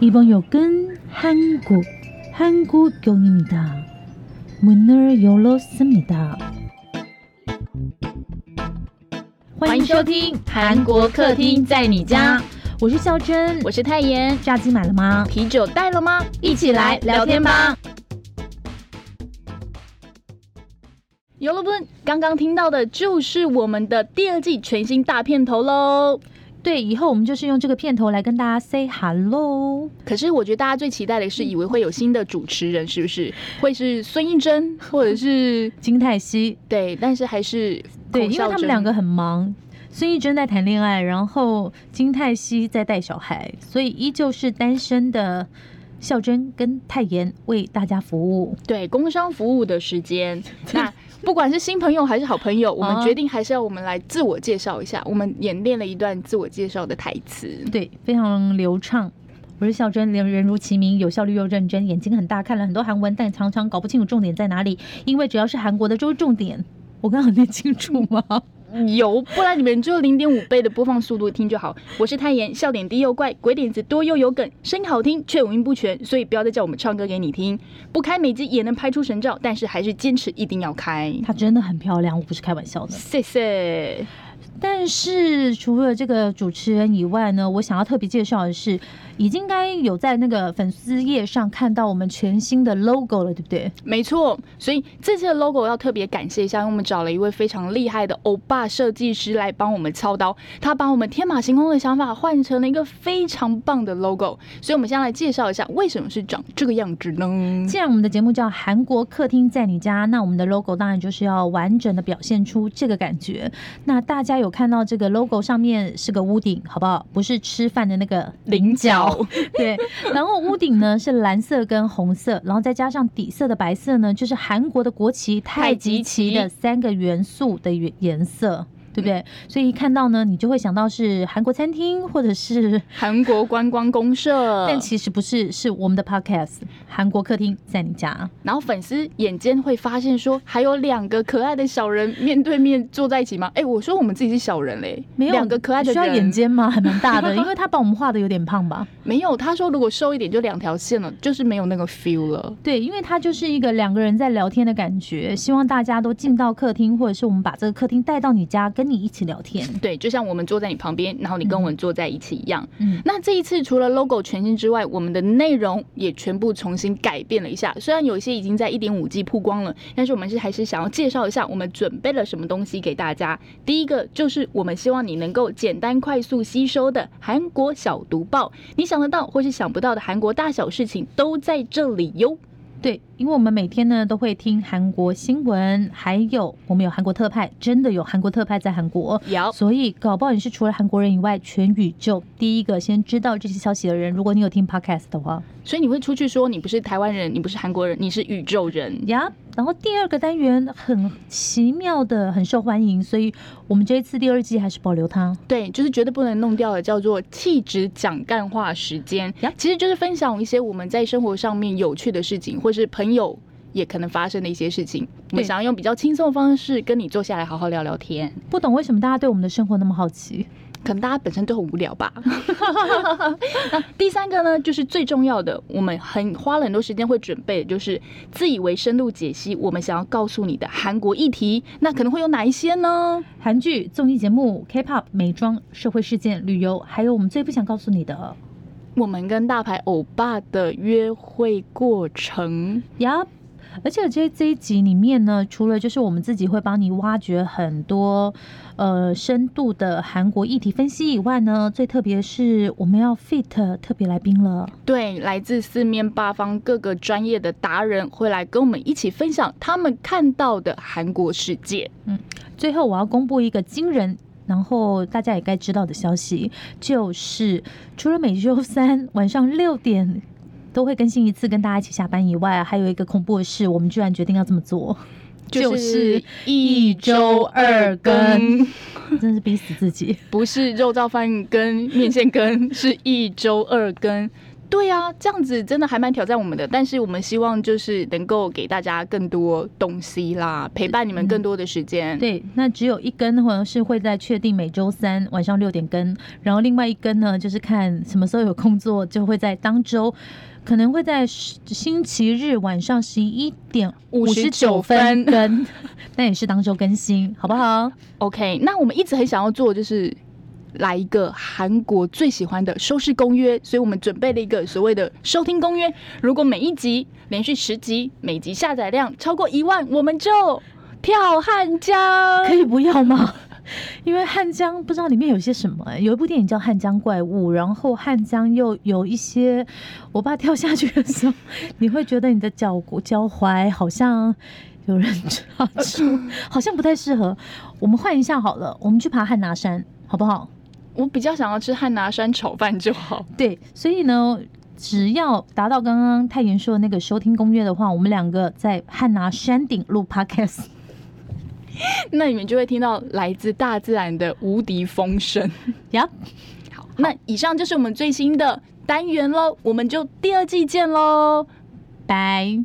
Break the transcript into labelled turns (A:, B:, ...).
A: 이번 역은 한국, 한국역입니다. 문을 열었습니다.
B: 欢迎收听《韩国客厅在你家》，
A: 我是孝珍，
B: 我是泰妍。
A: 炸鸡买了吗？
B: 啤酒带了吗？一起来聊天吧。有了不？刚刚听到的就是我们的第二季全新大片头喽。
A: 对，以后我们就是用这个片头来跟大家 say hello。
B: 可是我觉得大家最期待的是，以为会有新的主持人，是不是？会是孙艺 珍，或者是
A: 金泰熙，
B: 对？但是还是
A: 对，
B: 孔
A: 因为
B: 孝
A: 他们
B: 真
A: 两个很忙，孙艺珍在谈恋爱，然后金泰熙在带小孩，所以依旧是单身的孝珍跟泰妍为大家服务。
B: 对工商服务的时间。那不管是新朋友还是好朋友，我
A: 啊
B: 们决定还是要我们来自我介绍一下。我们演练了一段自我介绍的台词。
A: 对，非常流畅。我是孝珍，人人如其名，有效率又认真，眼睛很大，看了很多韩文，但常常搞不清楚重点在哪里，因为只要是韩国的就是重点。我刚刚有念清楚吗？
B: 有，不然你们就零点五倍的播放速度听就好。我是泰妍，笑点低又怪，鬼点子多又有梗，声音好听却五音不全，所以不要再叫我们唱歌给你听。不开美肌也能拍出神照，但是还是坚持一定要开。
A: 她真的很漂亮，我不是开玩笑的。
B: 谢谢。
A: 但是除了这个主持人以外呢，我想要特别介绍的是，已经应该有在那个粉丝页上看到我们全新的 logo 了，对不对？
B: 没错，所以这次的 logo 要特别感谢一下，因为我们找了一位非常厉害的欧巴设计师来帮我们操刀，他把我们天马行空的想法换成了一个非常棒的 logo。所以我们先来介绍一下为什么是长这个样子呢？
A: 既然我们的节目叫《韩国客厅在你家》，那我们的 logo 当然就是要完整的表现出这个感觉。那大家有看到这个 logo 上面是个屋顶，好不好？不是吃饭的那个
B: 菱角。
A: 对，然后屋顶呢是蓝色跟红色，然后再加上底色的白色呢，就是韩国的国旗太极旗嗯的三个元素的颜颜色。对不对？所以一看到呢，你就会想到是韩国餐厅，或者是，
B: 韩国观光公社，
A: 但其实不是，是我们的 podcast 韩国客厅在你家。
B: 然后粉丝眼尖会发现说，还有两个可爱的小人面对面坐在一起吗？哎，我说我们自己是小人嘞，
A: 没有
B: 两个可爱的
A: 需要
B: 人，
A: 眼尖 吗？还蛮大的，因为他把我们画的有点胖吧？
B: 没有。他说如果瘦一点就两条线了，就是没有那个 feel 了。
A: 对，因为它就是一个两个人在聊天的感觉。希望大家都进到客厅，或者是我们把这个客厅带到你家，跟你一起聊天。
B: 对，就像我们坐在你旁边，然后你跟我们坐在一起一样。
A: 嗯，
B: 那这一次除了 logo 全新之外，我们的内容也全部重新改变了一下。虽然有一些已经在一点五 G 曝光了，但是我们是还是想要介绍一下我们准备了什么东西给大家。第一个就是我们希望你能够简单快速吸收的韩国小读报，你想得到或是想不到的韩国大小事情都在这里哟。
A: 对，因为我们每天呢都会听韩国新闻，还有我们有韩国特派，真的有韩国特派在韩国，
B: 有
A: 所以搞不好你是除了韩国人以外，全宇宙第一个先知道这些消息的人。如果你有听 podcast 的话，
B: 所以你会出去说你不是台湾人，你不是韩国人，你是宇宙人。
A: 呀、然后第二个单元很奇妙的，很受欢迎，所以我们这一次第二季还是保留它。
B: 对，就是绝对不能弄掉的，叫做气质讲干话时间
A: 呀。
B: 其实就是分享一些我们在生活上面有趣的事情，或是朋友也可能发生的一些事情。我
A: 对
B: 们想要用比较轻松的方式跟你坐下来好好聊聊天。
A: 不懂为什么大家对我们的生活那么好奇。
B: 可能大家本身都很无聊吧。那第三个呢，就是最重要的，我们很花了很多时间会准备，就是自以为深度解析我们想要告诉你的韩国议题。那可能会有哪一些呢？
A: 韩剧、综艺节目、K-pop、美妆、社会事件、旅游，还有我们最不想告诉你的。
B: 我们跟大牌欧巴的约会过程。
A: 呀、而且这这一集里面呢，除了就是我们自己会帮你挖掘很多呃深度的韩国议题分析以外呢，最特别是我们要 fit 特别来宾了。
B: 对，来自四面八方各个专业的达人会来跟我们一起分享他们看到的韩国世界。
A: 最后我要公布一个惊人。然后大家也该知道的消息就是，除了每周三晚上六点都会更新一次，跟大家一起下班以外，还有一个恐怖的事，我们居然决定要这么做，就是一周二 更，真是逼死自己。
B: 不是肉燥饭跟面线羹，是一周二更。对啊，这样子真的还蛮挑战我们的，但是我们希望就是能够给大家更多东西啦，陪伴你们
A: 嗯
B: 更多的时间。
A: 对，那只有一根或者是会在确定每周三晚上六点更，然后另外一根呢，就是看什么时候有空做，就会在当周，可能会在十星期日晚上十一点
B: 59
A: 分
B: 分
A: 更， 那也是当周更新，好不好？
B: OK，那我们一直很想要做就是。来一个韩国最喜欢的收视公约，所以我们准备了一个所谓的收听公约。如果每一集连续十集，每集下载量超过一万，我们就跳汉 江。
A: 可以不要吗？ 因为汉江不知道里面有些什么、欸有一部电影叫《汉江怪物》，然后汉江又有一些，我爸跳下去的时候，你会觉得你的脚骨脚踝好像有人抓住，好像不太适合。我们换一下好了，我们去爬汉拿山，好不好？
B: 我比较想要吃汉拿山炒饭就好。
A: 对，所以呢，只要达到刚刚泰妍说的那个收听攻略的话，我们两个在汉拿山顶录 podcast。
B: 那你们就会听到来自大自然的无敌风声。
A: Yup
B: 好，那以上就是我们最新的单元喽，我们就第二季见喽。
A: 拜。